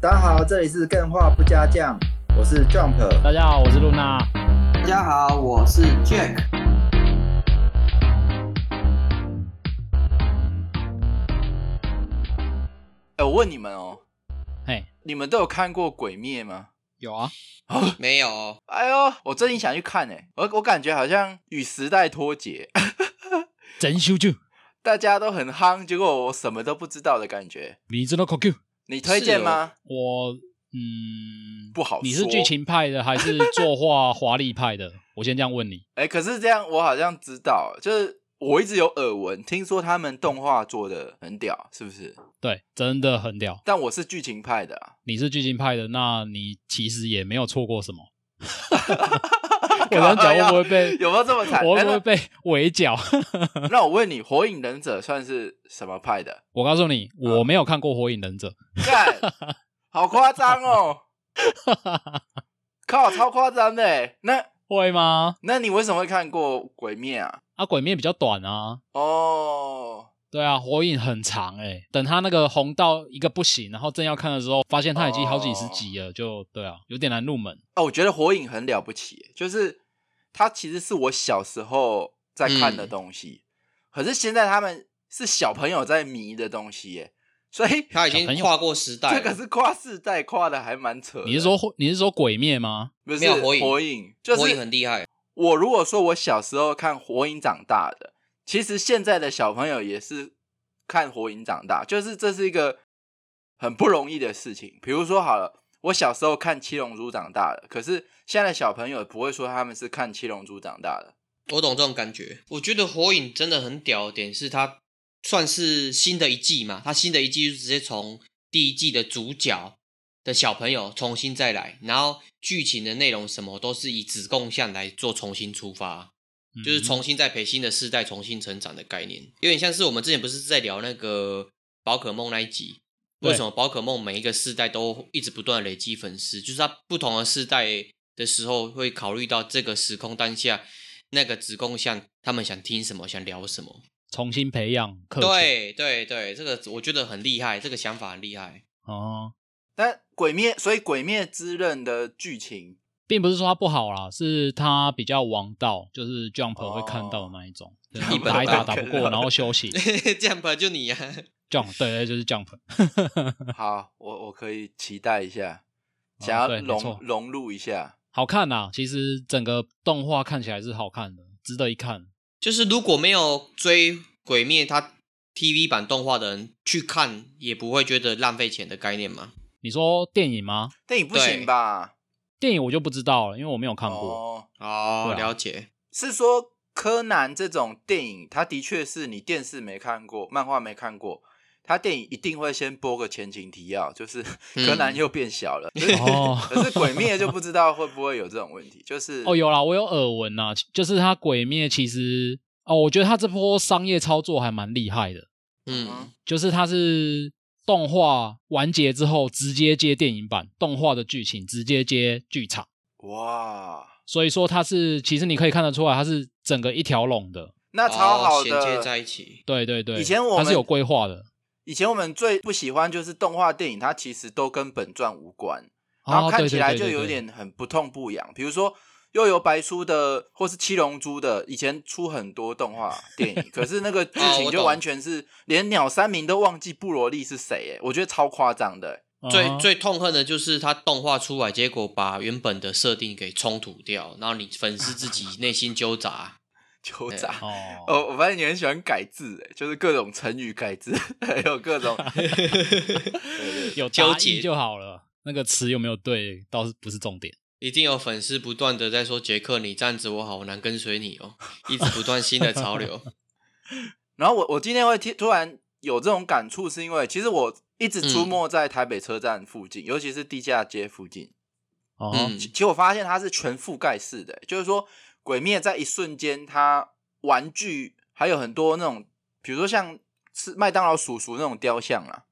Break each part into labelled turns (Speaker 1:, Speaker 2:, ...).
Speaker 1: 大家好，这里是更画不加酱，我是 Jump。
Speaker 2: 大家好，我是露娜。
Speaker 3: 大家好，我是 Jack。
Speaker 4: 哎、我问你们哦，
Speaker 2: 嘿，
Speaker 4: 你们都有看过《鬼灭》吗？
Speaker 2: 有啊，
Speaker 3: 没有，
Speaker 4: 哎呦，我最近想去看哎、我我感觉好像与时代脱节，
Speaker 2: 真修就
Speaker 4: 大家都很夯，结果我什么都不知道的感觉。
Speaker 2: 你知道 QQ？
Speaker 4: 你推荐吗？
Speaker 2: 我嗯，
Speaker 4: 不好说
Speaker 2: 哦你是剧情派的还是作画华丽派的？ 我先这样问你。
Speaker 4: 哎、可是这样我好像知道，就是我一直有耳闻，听说他们动画做的很屌，是不是？
Speaker 2: 对，真的很屌。
Speaker 4: 但我是剧情派的、啊，
Speaker 2: 你是剧情派的，那你其实也没有错过什么。 我这样讲会不会被？
Speaker 4: 有没有这么 惨？
Speaker 2: 我会
Speaker 4: 哎
Speaker 2: 不会被围剿？
Speaker 4: 那那我问你，《火影忍者》算是什么 派的？
Speaker 2: 我告诉你，
Speaker 4: 嗯
Speaker 2: 我没有看过《火影忍者》
Speaker 4: 干，好夸 张哦！靠，超夸张的欸。那
Speaker 2: 会吗？
Speaker 4: 那你为什么会看过《鬼灭》啊？
Speaker 2: 啊，鬼面比较短啊。
Speaker 4: 哦，
Speaker 2: 对啊，火影很长哎、等他那个红到一个不行，然后正要看的时候，发现他已经好几十集
Speaker 3: 哦
Speaker 2: 了，就对啊，有点难入门。
Speaker 4: 哦，我觉得《火影》很了不起欸，就是它其实是我小时候在看的
Speaker 3: 嗯
Speaker 4: 东西，可是现在他们是小朋友在迷的东西耶，所以
Speaker 3: 他已经跨过时代
Speaker 4: 这
Speaker 3: 了。
Speaker 4: 个是跨世代跨的还蛮扯的。
Speaker 2: 你是说你是说鬼灭吗？
Speaker 4: 不是
Speaker 3: 没有火影
Speaker 4: 火影就是
Speaker 3: 火影很厉害，
Speaker 4: 我如果说我小时候看《火影》长大的，其实现在的小朋友也是看《火影》长大，就是这是一个很不容易的事情。比如说好了，我小时候看《七龙珠》长大的，可是现在的小朋友不会说他们是看《七龙珠》长大的。
Speaker 3: 我懂这种感觉。我觉得火影真的很屌的点是，它算是新的一季嘛，它新的一季就直接从第一季的主角的小朋友重新再来，然后剧情的内容什么都是以子贡像来做重新出发。
Speaker 2: 嗯
Speaker 3: 就是重新再培新的世代重新成长的概念，有点像是我们之前不是在聊那个宝可梦那一集，
Speaker 2: 对
Speaker 3: 为什么宝可梦每一个世代都一直不断地累积粉丝，就是它不同的世代的时候会考虑到这个时空当下那个子贡像他们想听什么，想聊什么。
Speaker 2: 重新培养课程
Speaker 3: 对对对，这个我觉得很厉害，这个想法很厉害。
Speaker 2: 哦，
Speaker 4: 但《鬼灭》，所以《鬼灭之刃》的剧情
Speaker 2: 并不是说它不好啦，是它比较王道，就是 Jump 会看到的那一 种，就是
Speaker 3: 哦一本
Speaker 2: 打一打
Speaker 3: 万
Speaker 2: 打
Speaker 4: 可
Speaker 2: 不过，
Speaker 4: 能
Speaker 2: 然后休 息
Speaker 3: 这样吧，就你呀、
Speaker 2: Jump，对对，就是 Jump。
Speaker 4: 好，我我可以期待一下，想要
Speaker 2: 哦对没
Speaker 4: 融、
Speaker 2: 错
Speaker 4: 融入一下。
Speaker 2: 好看呐、其实整个动画看起来是好看的，值得一看。
Speaker 3: 就是如果没有追《鬼灭》它 TV 版动画的人去看，也不会觉得浪费钱的概念嘛。
Speaker 2: 你说电影吗？
Speaker 4: 但你不
Speaker 3: 对
Speaker 4: 行吧？
Speaker 2: 电影我就不知道了，因为我没有看过。
Speaker 4: 哦
Speaker 2: 对
Speaker 3: 哦，
Speaker 2: 啊
Speaker 3: 了解。
Speaker 4: 是说柯南这种电影，它的确是你电视没看过，漫画没看过，它电影一定会先播个前情提要，就是
Speaker 3: 嗯
Speaker 4: 柯南又变小了。
Speaker 2: 哦
Speaker 4: 可是鬼灭就不知道会不会有这种问题，就是
Speaker 2: 哦，有啦，我有耳闻呐，就是它《鬼灭》其实哦，我觉得它这波商业操作还蛮厉害的，
Speaker 3: 嗯，
Speaker 2: 就是它是动画完结之后直接接电影版，动画的剧情直接接剧场，
Speaker 4: 哇，
Speaker 2: 所以说它是其实你可以看得出来，它是整个一条龙的。
Speaker 4: 那超好
Speaker 3: 哦衔接在
Speaker 4: 的。
Speaker 3: 一起。
Speaker 2: 对对对，
Speaker 4: 以前我们
Speaker 2: 它是有规划的，
Speaker 4: 以前我们最不喜欢就是动画电影，它其实都跟本传无关，然后
Speaker 2: 哦
Speaker 4: 看
Speaker 2: 对
Speaker 4: 起
Speaker 2: 对
Speaker 4: 来
Speaker 2: 对
Speaker 4: 就
Speaker 2: 对
Speaker 4: 有
Speaker 2: 对
Speaker 4: 点很不痛不痒。比如说《又有白书》的，或是《七龙珠》的，以前出很多动 画电影，可是那个剧
Speaker 3: 哦
Speaker 4: 情
Speaker 3: 我
Speaker 4: 就
Speaker 3: 懂
Speaker 4: 完全是连鸟山明都忘记布罗利是谁，哎，我觉得超夸张的。 欸
Speaker 2: 啊
Speaker 3: 最最痛恨的就是它动画出来，结果把原本的设定给冲突掉，然后你粉丝自己内心纠 杂。
Speaker 4: 酋长。
Speaker 2: 哦
Speaker 4: 哦，我发现你很喜欢改字，哎，就是各种成语改字， 还有各 种呃
Speaker 2: 有
Speaker 3: 纠
Speaker 2: 答
Speaker 3: 结
Speaker 2: 意就好了，那个词有没有对倒是不是重点。
Speaker 3: 一定有粉丝不断的在说杰克，你这样子我好难跟随你哦，一直不断新的潮 流。
Speaker 4: 然后我我今天会听突然有这种感触，是因为其实我一直
Speaker 2: 嗯
Speaker 4: 出没在台北车站附近，尤其是地下街附近。
Speaker 2: 哦，
Speaker 3: 嗯
Speaker 4: 其，其实我发现它是全覆盖式的，就是说《鬼灭》在一瞬间，它玩具还有很多那种，比如说像是麦当劳叔叔那种雕像啊，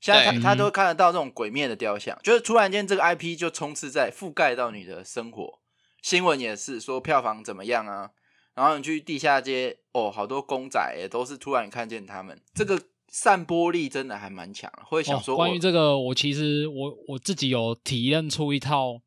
Speaker 4: 现在它
Speaker 2: 对
Speaker 4: 它都看得到这种《鬼灭》的雕像，就是突然间这个 IP 就充斥在覆盖到你的生活，新闻也是说票房怎么样啊，然后你去地下街，哦，好多公仔也都是突然看见他们，这个散播力真的还蛮强的，会想说
Speaker 2: 哦、
Speaker 4: 我、
Speaker 2: 关于这个，我其实我我自己有体验出一套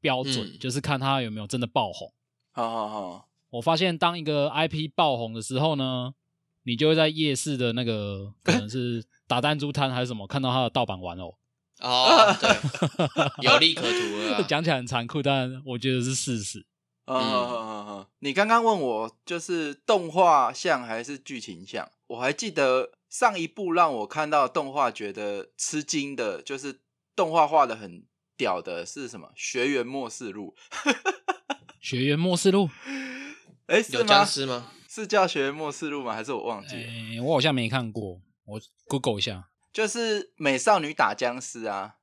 Speaker 2: 标准，
Speaker 3: 嗯
Speaker 2: 就是看它有没有真的爆红。
Speaker 4: 好好好，
Speaker 2: 我发现当一个 IP 爆红的时候呢，你就会在夜市的那个可能是打弹珠摊还是什么，看到它的盗版玩偶。
Speaker 3: 哦，对， 有利可图了啊。
Speaker 2: 讲起来很残酷，但我觉得是事实。
Speaker 4: 嗯嗯嗯嗯，你刚刚问我就是动画像还是剧情像，我还记得上一部让我看到动画觉得吃惊的，就是动画画的很屌的是什么？《学员末世录
Speaker 2: 学员末世录，》
Speaker 4: 哎，是
Speaker 3: 有
Speaker 4: 吗
Speaker 3: 僵？尸哎吗？
Speaker 4: 是叫《学员末世录》吗？还是我忘记了？
Speaker 2: 诶、哎我好像没看过，我 Google 一下。
Speaker 4: 就是美少女打僵尸啊，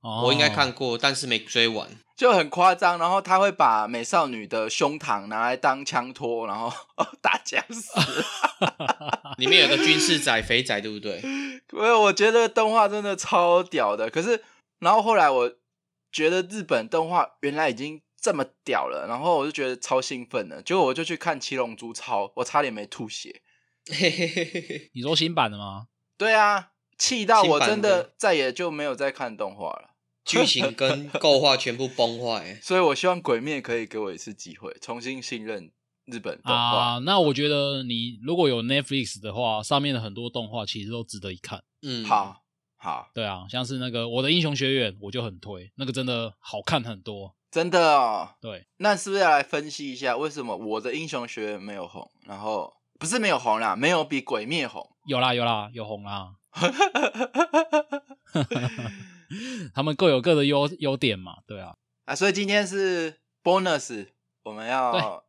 Speaker 2: 哦，
Speaker 3: 我应该看过，但是没追完。
Speaker 4: 就很夸张。然后他会把美少女的胸膛拿来当枪托，然后 打僵尸。
Speaker 3: 里面有个军事 仔、肥仔，对不对？
Speaker 4: 因为我觉得动画真的超屌的。可是，然后后来我觉得日本动画原来已经这么屌了，然后我就觉得超兴奋的。结果我就去看《七龙珠超》，我差点没吐血。
Speaker 3: 嘿嘿嘿嘿嘿
Speaker 2: 你说新版的吗？
Speaker 4: 对啊，气到我
Speaker 3: 新版
Speaker 4: 真
Speaker 3: 的
Speaker 4: 的再也就没有再看动画了。
Speaker 3: 剧情跟构画全部崩坏。
Speaker 4: 所以我希望《鬼灭》可以给我一次机会，重新信任日本动画。
Speaker 2: 啊，那我觉得你如果有 Netflix 的话，上面的很多动画其实都值得一看。
Speaker 3: 嗯，，
Speaker 4: 好好，
Speaker 2: 对啊，像是那个《我的英雄学院》，我就很推，那个真的好看很多。
Speaker 4: 真的哦。
Speaker 2: 对，
Speaker 4: 那是不是要来分析一下为什么我的英雄学院没有红？然后不是没有红啦，没有比《鬼灭》红。
Speaker 2: 有啦有啦，有红啦，他们各有各的优优点嘛，对啊。
Speaker 4: 啊，所以今天是 bonus，我们要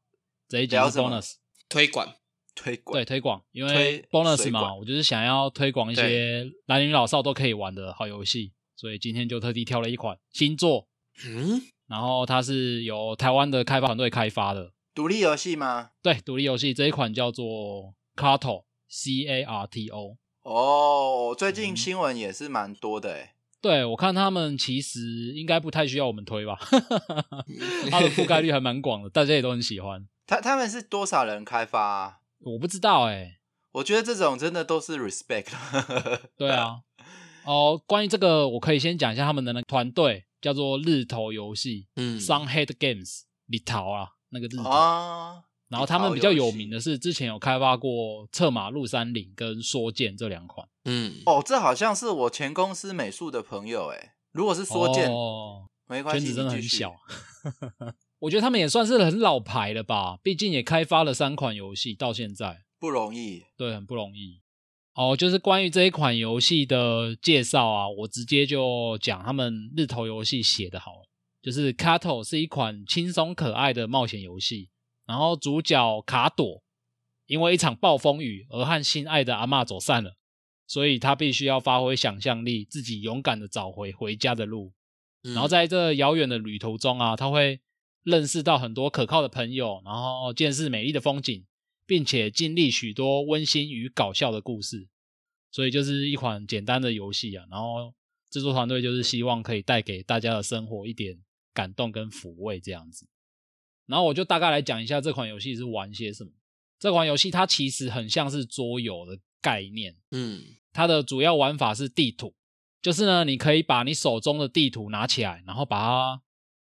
Speaker 2: 这一集是
Speaker 4: 聊什么
Speaker 2: bonus，
Speaker 3: 推广
Speaker 4: 推广。
Speaker 2: 对推广，因为
Speaker 4: 推
Speaker 2: bonus
Speaker 4: 水
Speaker 2: 嘛，
Speaker 4: 管
Speaker 2: 我就是想要推广一些男女老少都可以玩的好游戏，所以今天就特地挑了一款新作，
Speaker 3: 嗯，
Speaker 2: 然后它是由台湾的开发团队开发的，
Speaker 4: 独立游戏吗？
Speaker 2: 对，独立游戏这一款叫做 Carto C A R T O。
Speaker 4: 哦，最近
Speaker 2: 嗯
Speaker 4: 新闻也是蛮多的欸诶。
Speaker 2: 对，我看他们其实应该不太需要我们推吧， 它的覆盖率还蛮广的，大家也都很喜欢。
Speaker 4: 他他们是多少人开发、啊？
Speaker 2: 我不知道哎、
Speaker 4: 我觉得这种真的都是 respect。
Speaker 2: 对啊，哦，关于这个，我可以先讲一下他们的那个团队，叫做日头游戏，
Speaker 3: 嗯
Speaker 2: Sunhead Games 里头啊，那个日头。
Speaker 4: 啊，
Speaker 2: 然后他们比较有名的是，之前有开发过《策马路山岭》跟《说剑》这两款。
Speaker 3: 嗯，
Speaker 4: 哦，这好像是我前公司美术的朋友诶。如果是说剑，
Speaker 2: 哦，
Speaker 4: 没关
Speaker 2: 圈
Speaker 4: 系，
Speaker 2: 子
Speaker 4: 你
Speaker 2: 真的
Speaker 4: 继
Speaker 2: 很
Speaker 4: 续
Speaker 2: 小。 我觉得他们也算是很老牌了吧，毕竟也开发了三款游戏到现在，
Speaker 4: 不容易。
Speaker 2: 对，很不容易。哦，就是关于这一款游戏的介绍啊，我直接就讲他们日头游戏写的好了。就是《Kato》是一款轻松可爱的冒险游戏，然后主角卡朵因为一场暴风雨而和心爱的阿嬷走散了，所以他必须要发挥想象力，自己勇敢的找回回家的路。
Speaker 3: 嗯
Speaker 2: 然后在这遥远的旅途中啊，他会认识到很多可靠的朋友，然后见识美丽的风景，并且经历许多温馨与搞笑的故事。所以就是一款简单的游戏啊，然后制作团队就是希望可以带给大家的生活一点感动跟抚慰这样子。然后我就大概来讲一下这款游戏是玩些什么。这款游戏它其实很像是桌游的概念，
Speaker 3: 嗯
Speaker 2: 它的主要玩法是地图，就是呢，你可以把你手中的地图拿起来，然后把它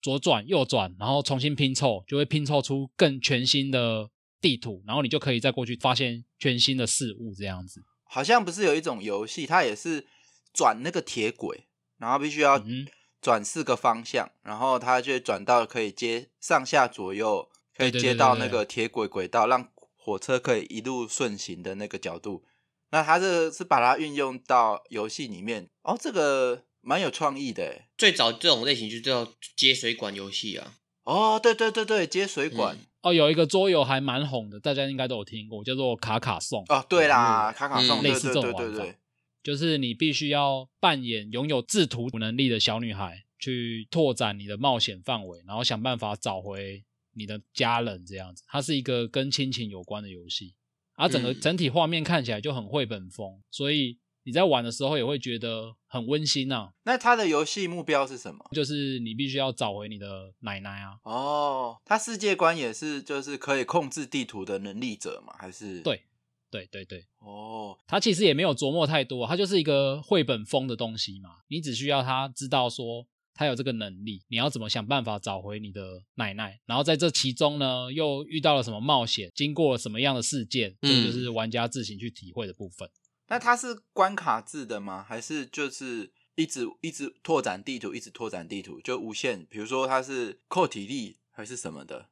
Speaker 2: 左转、右转，然后重新拼凑，就会拼凑出更全新的地图，然后你就可以再过去发现全新的事物这样子。
Speaker 4: 好像不是有一种游戏，它也是转那个铁轨，然后必须要
Speaker 2: 嗯
Speaker 4: 转四个方向，然后它就转到可以接上下左右，可以
Speaker 2: 对对
Speaker 4: 接
Speaker 2: 对
Speaker 4: 到
Speaker 2: 对
Speaker 4: 那
Speaker 2: 对
Speaker 4: 个铁轨轨道，让火车可以一路顺行的那个角度。那它这个是把它运用到游戏里面哦，这个蛮有创意的欸诶
Speaker 3: 最早这种类型就叫接水管游戏啊。
Speaker 4: 哦，对对对对，接水管、
Speaker 3: 嗯
Speaker 2: 哦，有一个桌游还蛮红的，大家应该都有听过，叫做卡卡颂。
Speaker 4: 哦，对啦，卡卡颂，
Speaker 3: 嗯
Speaker 4: 对
Speaker 2: 类似
Speaker 4: 对
Speaker 2: 这
Speaker 4: 对
Speaker 2: 种
Speaker 4: 对
Speaker 2: 玩法
Speaker 4: 对，
Speaker 2: 就是你必须要扮演拥有制图能力的小女孩，去拓展你的冒险范围，然后想办法找回你的家人，这样子。它是一个跟亲情有关的游戏，而整个
Speaker 3: 嗯
Speaker 2: 整体画面看起来就很绘本风，所以你在玩的时候也会觉得很温馨啊。
Speaker 4: 那它的游戏目标是什么？
Speaker 2: 就是你必须要找回你的奶奶啊，
Speaker 4: 哦，他世界观也是就是可以控制地图的能力者嘛？还是
Speaker 2: 对对对对，
Speaker 4: 哦，
Speaker 2: 他其实也没有琢磨太多，他就是一个绘本风的东西嘛。你只需要他知道说他有这个能力，你要怎么想办法找回你的奶奶，然后在这其中呢又遇到了什么冒险，经过了什么样的事件，
Speaker 3: 嗯
Speaker 2: 这就是玩家自行去体会的部分。
Speaker 4: 那它是关卡制的吗？还是就是一直一直拓展地图，一直拓展地图，就无限？比如说它是扣体力还是什么的？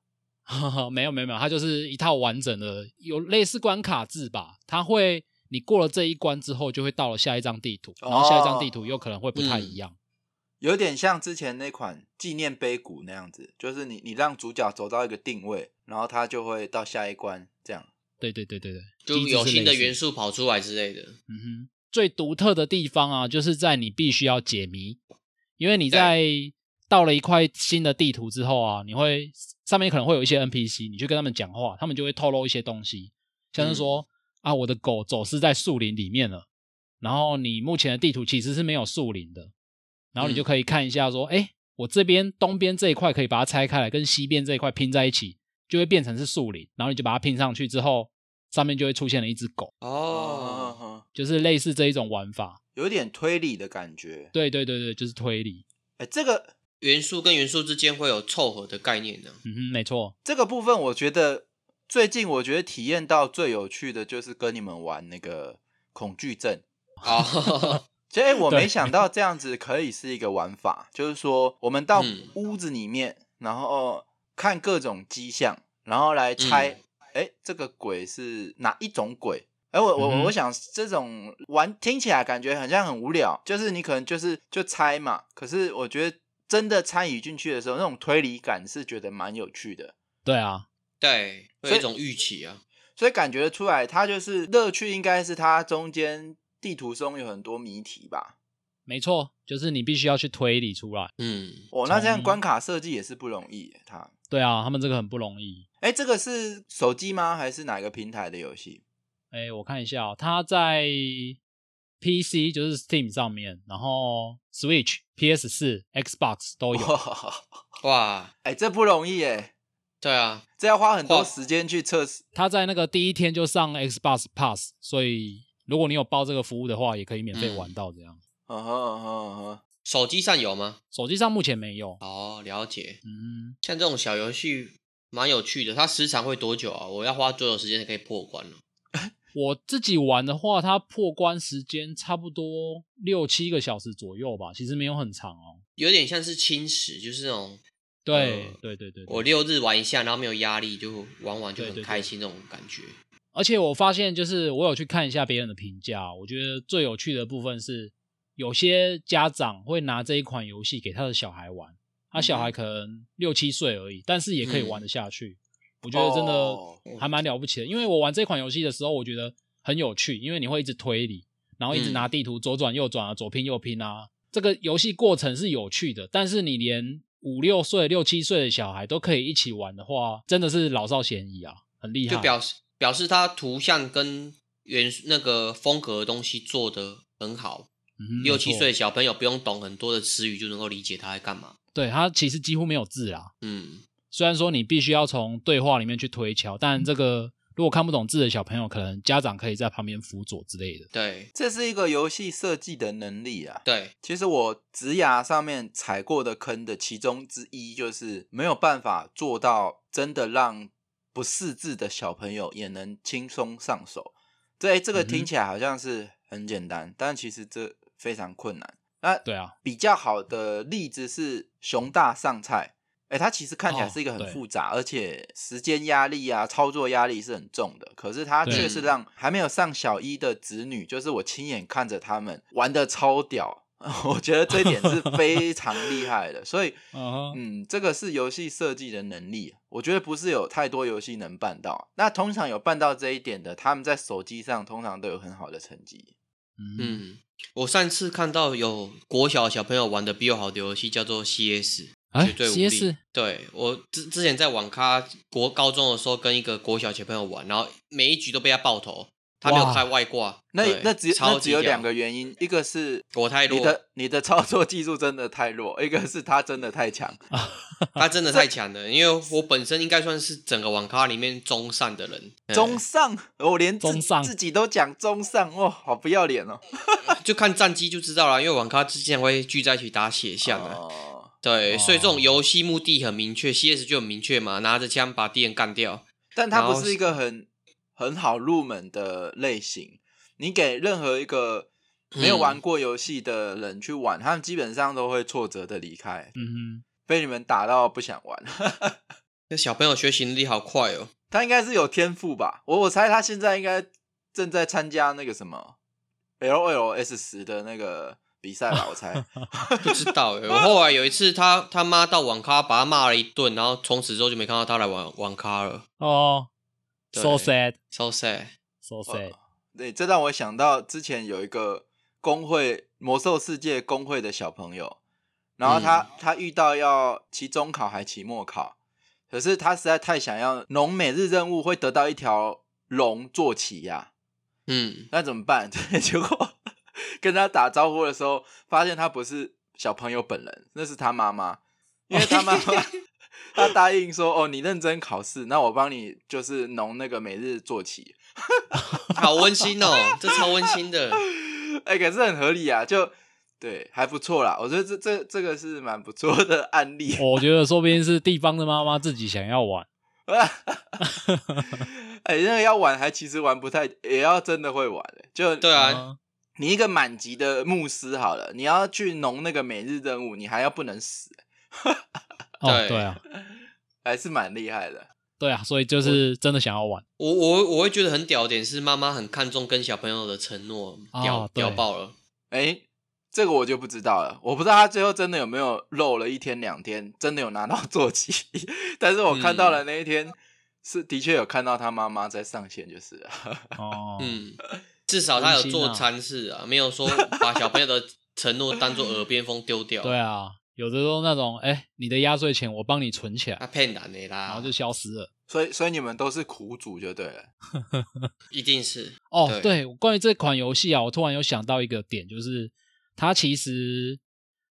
Speaker 2: 没有没有没有，它就是一套完整的，有类似关卡制吧。它会你过了这一关之后，就会到了下一张地图，然后下一张地
Speaker 3: 哦
Speaker 2: 图又可能会不太
Speaker 3: 嗯
Speaker 2: 一样。
Speaker 4: 有点像之前那款纪念碑谷那样子，就是你你让主角走到一个定位，然后他就会到下一关这样。
Speaker 2: 对对对对对，
Speaker 3: 就
Speaker 2: 机制
Speaker 3: 有
Speaker 2: 是
Speaker 3: 新的
Speaker 2: 类似
Speaker 3: 元素跑出来之类的。
Speaker 2: 嗯哼，最独特的地方啊，就是在你必须要解谜，因为你在到了一块新的地图之后啊，你会上面可能会有一些 NPC，你去跟他们讲话，他们就会透露一些东西，像是说、啊，我的狗走失在树林里面了，然后你目前的地图其实是没有树林的，然后你就可以看一下说，哎、我这边东边这一块可以把它拆开来，跟西边这一块拼在一起，就会变成是树林，然后你就把它拼上去之后，上面就会出现了一只狗。
Speaker 4: 哦
Speaker 3: 哦，，
Speaker 2: 就是类似这一种玩法。
Speaker 4: 有点推理的感觉。
Speaker 2: 对对对对，就是推理。
Speaker 4: 哎，这个
Speaker 3: 元素跟元素之间会有凑合的概念 呢、
Speaker 2: 嗯哼，没错。
Speaker 4: 这个部分，我觉得最近我觉得体验到最有趣的就是跟你们玩那个恐惧症。
Speaker 3: 哦，
Speaker 4: 其实、诶我
Speaker 2: 对
Speaker 4: 没想到这样子可以是一个玩法，就是说我们到
Speaker 3: 嗯
Speaker 4: 屋子里面，然后看各种迹象，然后来猜，
Speaker 3: 嗯
Speaker 4: 哎、这个鬼是哪一种鬼？哎，我我
Speaker 2: 嗯哼
Speaker 4: 我我想这种玩听起来感觉很像很无聊，就是你可能就是就猜嘛，可是我觉得真的参与进去的时候，那种推理感是觉得蛮有趣的。
Speaker 2: 对啊，
Speaker 3: 对，会有
Speaker 4: 所以
Speaker 3: 一种预期啊。
Speaker 4: 所以感觉出来，它就是乐趣应该是它中间地图中有很多谜题吧。
Speaker 2: 没错，就是你必须要去推理出来。
Speaker 3: 嗯，
Speaker 4: 哦，那这样
Speaker 2: 从
Speaker 4: 关卡设计也是不容易耶。它，
Speaker 2: 对啊，他们这个很不容易。
Speaker 4: 哎，这个是手机吗？还是哪个平台的游戏？
Speaker 2: 哎，我看一下、哦，它在 PC 就是 Steam 上面，然后 Switch、PS 四、Xbox 都 有。
Speaker 4: 哇，
Speaker 3: 哇，
Speaker 4: 哎，这不容易耶，
Speaker 3: 对啊，
Speaker 4: 这要花很多
Speaker 3: 哇
Speaker 4: 时间去测试。
Speaker 2: 它在那个第一天就上 Xbox Pass，所以如果你有报这个服务的话，也可以免费玩到这样。
Speaker 4: 嗯哼嗯哼嗯哼，
Speaker 3: 手机上有吗？
Speaker 2: 手机上目前没有。
Speaker 3: 哦，了解。
Speaker 2: 嗯，
Speaker 3: 像这种小游戏蛮有趣的，它时长会多久啊？我要花多久时间才可以破关呢、
Speaker 2: 我自己玩的话，它破关时间差不多六七个小时左右吧，其实没有很长哦。
Speaker 3: 有点像是侵蚀，就是那种
Speaker 2: 对、
Speaker 3: 呃
Speaker 2: 对对对，对
Speaker 3: 我六日玩一下，然后没有压力，就玩完就
Speaker 2: 对对
Speaker 3: 很
Speaker 2: 对
Speaker 3: 开心那种感觉。
Speaker 2: 而且我发现，就是我有去看一下别人的评价，我觉得最有趣的部分是，有些家长会拿这一款游戏给他的小孩玩，他
Speaker 3: 嗯
Speaker 2: 小孩可能六七岁而已，但是也可以玩得下去。我觉得真
Speaker 4: 哦
Speaker 2: 的还蛮了不起的，因为我玩这款游戏的时候，我觉得很有趣，因为你会一直推理，然后一直
Speaker 3: 嗯
Speaker 2: 拿地图左转右转啊，左拼右拼啊，这个游戏过程是有趣的。但是你连五六岁、六七岁的小孩都可以一起玩的话，真的是老少咸宜啊，很厉害。
Speaker 3: 就表示表示它图像跟原那个风格的东西做的很好，
Speaker 2: 嗯
Speaker 3: 六
Speaker 2: 没
Speaker 3: 七
Speaker 2: 错
Speaker 3: 岁的小朋友不用懂很多的词语就能够理解他在干嘛。
Speaker 2: 对，它其实几乎没有字啊。
Speaker 3: 嗯，
Speaker 2: 虽然说你必须要从对话里面去推敲，但这个如果看不懂字的小朋友，可能家长可以在旁边辅佐之类的。
Speaker 3: 对
Speaker 4: 这是一个游戏设计的能力啊。
Speaker 3: 对，
Speaker 4: 其实我职涯上面踩过的坑的其中之一，就是没有办法做到真的让不识字的小朋友也能轻松上手。这这
Speaker 2: 嗯
Speaker 4: 个
Speaker 2: 哼
Speaker 4: 听起来好像是很简单，但其实这非常困难。那
Speaker 2: 对啊，
Speaker 4: 比较好的例子是熊大上菜，哎、它其实看起来
Speaker 2: 哦
Speaker 4: 是一个很
Speaker 2: 对
Speaker 4: 复杂，而且时间压力啊、操作压力是很重的。可是它
Speaker 2: 对
Speaker 4: 却是让还没有上小一的子女，就是我亲眼看着他们玩的超屌， 我觉得这一点是非常厉害 的。所以，
Speaker 3: 哦
Speaker 2: 嗯哼，
Speaker 4: 嗯，这个是游戏设计的能力，我觉得不是有太多游戏能办到。那通常有办到这一点的，他们在手机上通常都有很好的成绩。
Speaker 2: 嗯，
Speaker 3: 嗯，我上次看到有国小小朋友玩的比我好的游戏叫做 CS。
Speaker 2: 哎
Speaker 3: 绝对无力。
Speaker 2: ，CS，
Speaker 3: 对我之之前在网咖国高中的时候，跟一个国小小朋友玩，然后每一局都被他爆头，他没有
Speaker 2: 哇
Speaker 3: 开外挂，
Speaker 4: 那
Speaker 3: 对
Speaker 4: 那只
Speaker 3: 超
Speaker 4: 那
Speaker 3: 级
Speaker 4: 只有
Speaker 3: 屌
Speaker 4: 两个原因，一个是
Speaker 3: 我太
Speaker 4: 你
Speaker 3: 弱，
Speaker 4: 的你的操作技术真的太弱，一 个是他真的太强。
Speaker 3: 他真的太强了，因为我本身应该算是整个网咖里面中上的人，嗯
Speaker 4: 中上，哦我连自
Speaker 2: 中上
Speaker 4: 自己都讲中上，哇，好不要脸哦！
Speaker 3: 就看战绩就知道了，因为网咖之前会聚在一起打血象啊，
Speaker 4: 哦
Speaker 3: 对，
Speaker 2: 哦
Speaker 3: 所以这种游戏目的很明确，CS 就很明确嘛，拿着枪把敌人干掉，
Speaker 4: 但它
Speaker 3: 然后
Speaker 4: 不是一个很很好入门的类型。你给任何一个没有
Speaker 3: 嗯
Speaker 4: 玩过游戏的人去玩，他们基本上都会挫折的离开，
Speaker 2: 嗯
Speaker 4: 被你们打到不想玩。
Speaker 3: 那小朋友学习能力好快哦，
Speaker 4: 他应该是有天赋吧？我我猜他现在应该正在参加那个什么 LLS 十的那个比赛吧？我猜。
Speaker 3: 不知道 欸。我后来有一次他他妈到网咖把他骂了一顿，然后从此之后就没看到他来网网咖了
Speaker 2: 哼，哦
Speaker 3: 对哦
Speaker 2: ，so sad，so
Speaker 3: ，so sad。
Speaker 2: sad，
Speaker 4: 对，这让我想到之前有一个工会魔兽世界工会的小朋友，然后他、他遇到要期中考还期末考，可是他实在太想要农每日任务会得到一条龙坐骑呀、
Speaker 3: 嗯，
Speaker 4: 那怎么办？ 对，结果跟他打招呼的时候，发现他不是小朋友本人，那是他妈妈，因为他妈妈。他答应说：“哦，你认真考试，那我帮你就是弄那个每日坐骑。”
Speaker 3: 好温馨 哦，这超温馨的。
Speaker 4: 哎、可是很合理啊，就对，还不错啦。我觉得这这这个是蛮不错的案例。
Speaker 2: 哦
Speaker 3: 哦
Speaker 2: 我觉得说不定是地方的妈妈自己想要玩，
Speaker 4: 哎、那个要玩还其实玩不太，也要真的会玩、欸。就
Speaker 3: 对啊，
Speaker 2: 嗯
Speaker 4: 你一个满级的牧师好了，你要去弄那个每日任务，你还要不能死、
Speaker 2: 哦
Speaker 3: 对
Speaker 2: 对啊，
Speaker 4: 还是蛮厉害的。
Speaker 2: 对啊，所以就是真的想要玩
Speaker 3: 我我我会觉得很屌的点是妈妈很看重跟小朋友的承诺，
Speaker 2: 啊
Speaker 3: 屌
Speaker 2: 对
Speaker 3: 屌爆了。
Speaker 4: 哎、这个我就不知道了，我不知道他最后真的有没有漏了一天两天，真的有拿到 坐骑。但是我看
Speaker 3: 嗯
Speaker 4: 到了那一天，是的确有看到他妈妈在上线，就是了。
Speaker 2: 哦，
Speaker 3: 嗯，至少他有做餐事啊，没有说把小朋友的承诺当做耳边风丢 掉。
Speaker 2: 对啊，有的时候那种，哎，你的压岁钱我帮你存起
Speaker 3: 他
Speaker 2: 来，
Speaker 3: 啊骗人的啦，
Speaker 2: 然后就消失了。
Speaker 4: 所以，所以你们都是苦主就对了。
Speaker 3: 一定是
Speaker 2: 哦，
Speaker 3: 对
Speaker 2: 对，关于这款游戏啊，我突然有想到一个点，就是它其实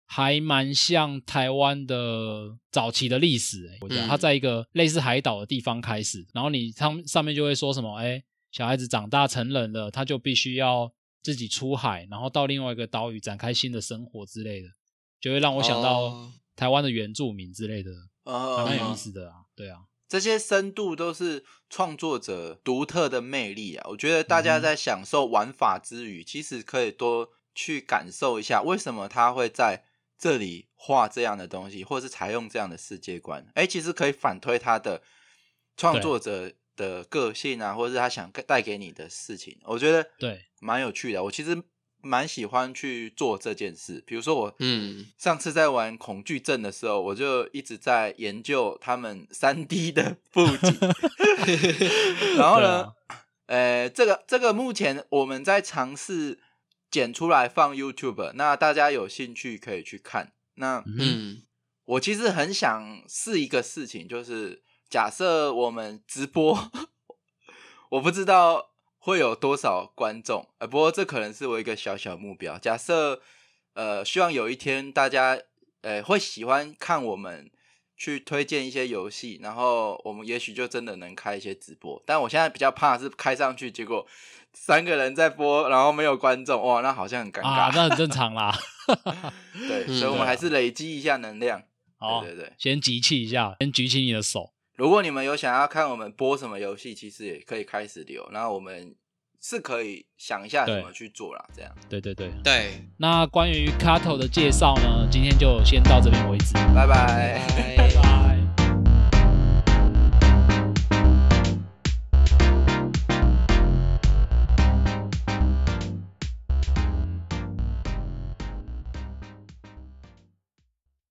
Speaker 2: 还蛮像台湾的早期的历史、欸。我觉得
Speaker 3: 嗯
Speaker 2: 它在一个类似海岛的地方开始，然后你上上面就会说什么，哎，小孩子长大成人了，他就必须要自己出海，然后到另外一个岛屿展开新的生活之类的，就会让我想到
Speaker 3: 哦
Speaker 2: 台湾的原住民之类的，还蛮有意
Speaker 4: 呃，
Speaker 2: 思的啊。对啊，
Speaker 4: 这些深度都是创作者独特的魅力啊！我觉得大家
Speaker 2: 嗯哼
Speaker 4: 在享受玩法之余，其实可以多去感受一下为什么他会在这里画这样的东西，或是采用这样的世界观。哎，其实可以反推他的创
Speaker 2: 对
Speaker 4: 作者的个性啊，或是他想带给你的事情。我觉得
Speaker 2: 对，
Speaker 4: 蛮有趣的。啊我其实蛮喜欢去做这件事，比如说我
Speaker 3: 嗯，
Speaker 4: 上次在玩恐惧症的时候，我就一直在研究他们三 D 的布景。 然后呢，呃，这个这个目前我们在尝试剪出来放 YouTube，那大家有兴趣可以去看。那
Speaker 2: 嗯，
Speaker 3: 嗯
Speaker 4: 我其实很想试一个事情，就是假设我们直播，我不知道会有多少观众，呃，不过这可能是我一个小小目标。假设呃，希望有一天大家呃会喜欢看我们去推荐一些游戏，然后我们也许就真的能开一些直播。但我现在比较怕是开上去，结果三个人在播，然后没有观众，哇，那好像很尴尬。
Speaker 2: 啊，那很正常 啦。
Speaker 4: 对，
Speaker 3: 嗯
Speaker 4: 所以
Speaker 2: 对
Speaker 4: 我
Speaker 2: 啊
Speaker 4: 们还是累积一下能量。
Speaker 2: 好，
Speaker 4: 对对对。
Speaker 2: 先集气一下，先举起你的手。
Speaker 4: 如果你们有想要看我们播什么游戏，其实也可以开始留，然后我们是可以想一下
Speaker 2: 对
Speaker 4: 怎么去做啦。这样，
Speaker 2: 对对对，
Speaker 3: 对，
Speaker 2: 那关于 Kato 的介绍呢，今天就先到这边为止，
Speaker 4: 拜拜。
Speaker 3: 拜
Speaker 2: 拜拜。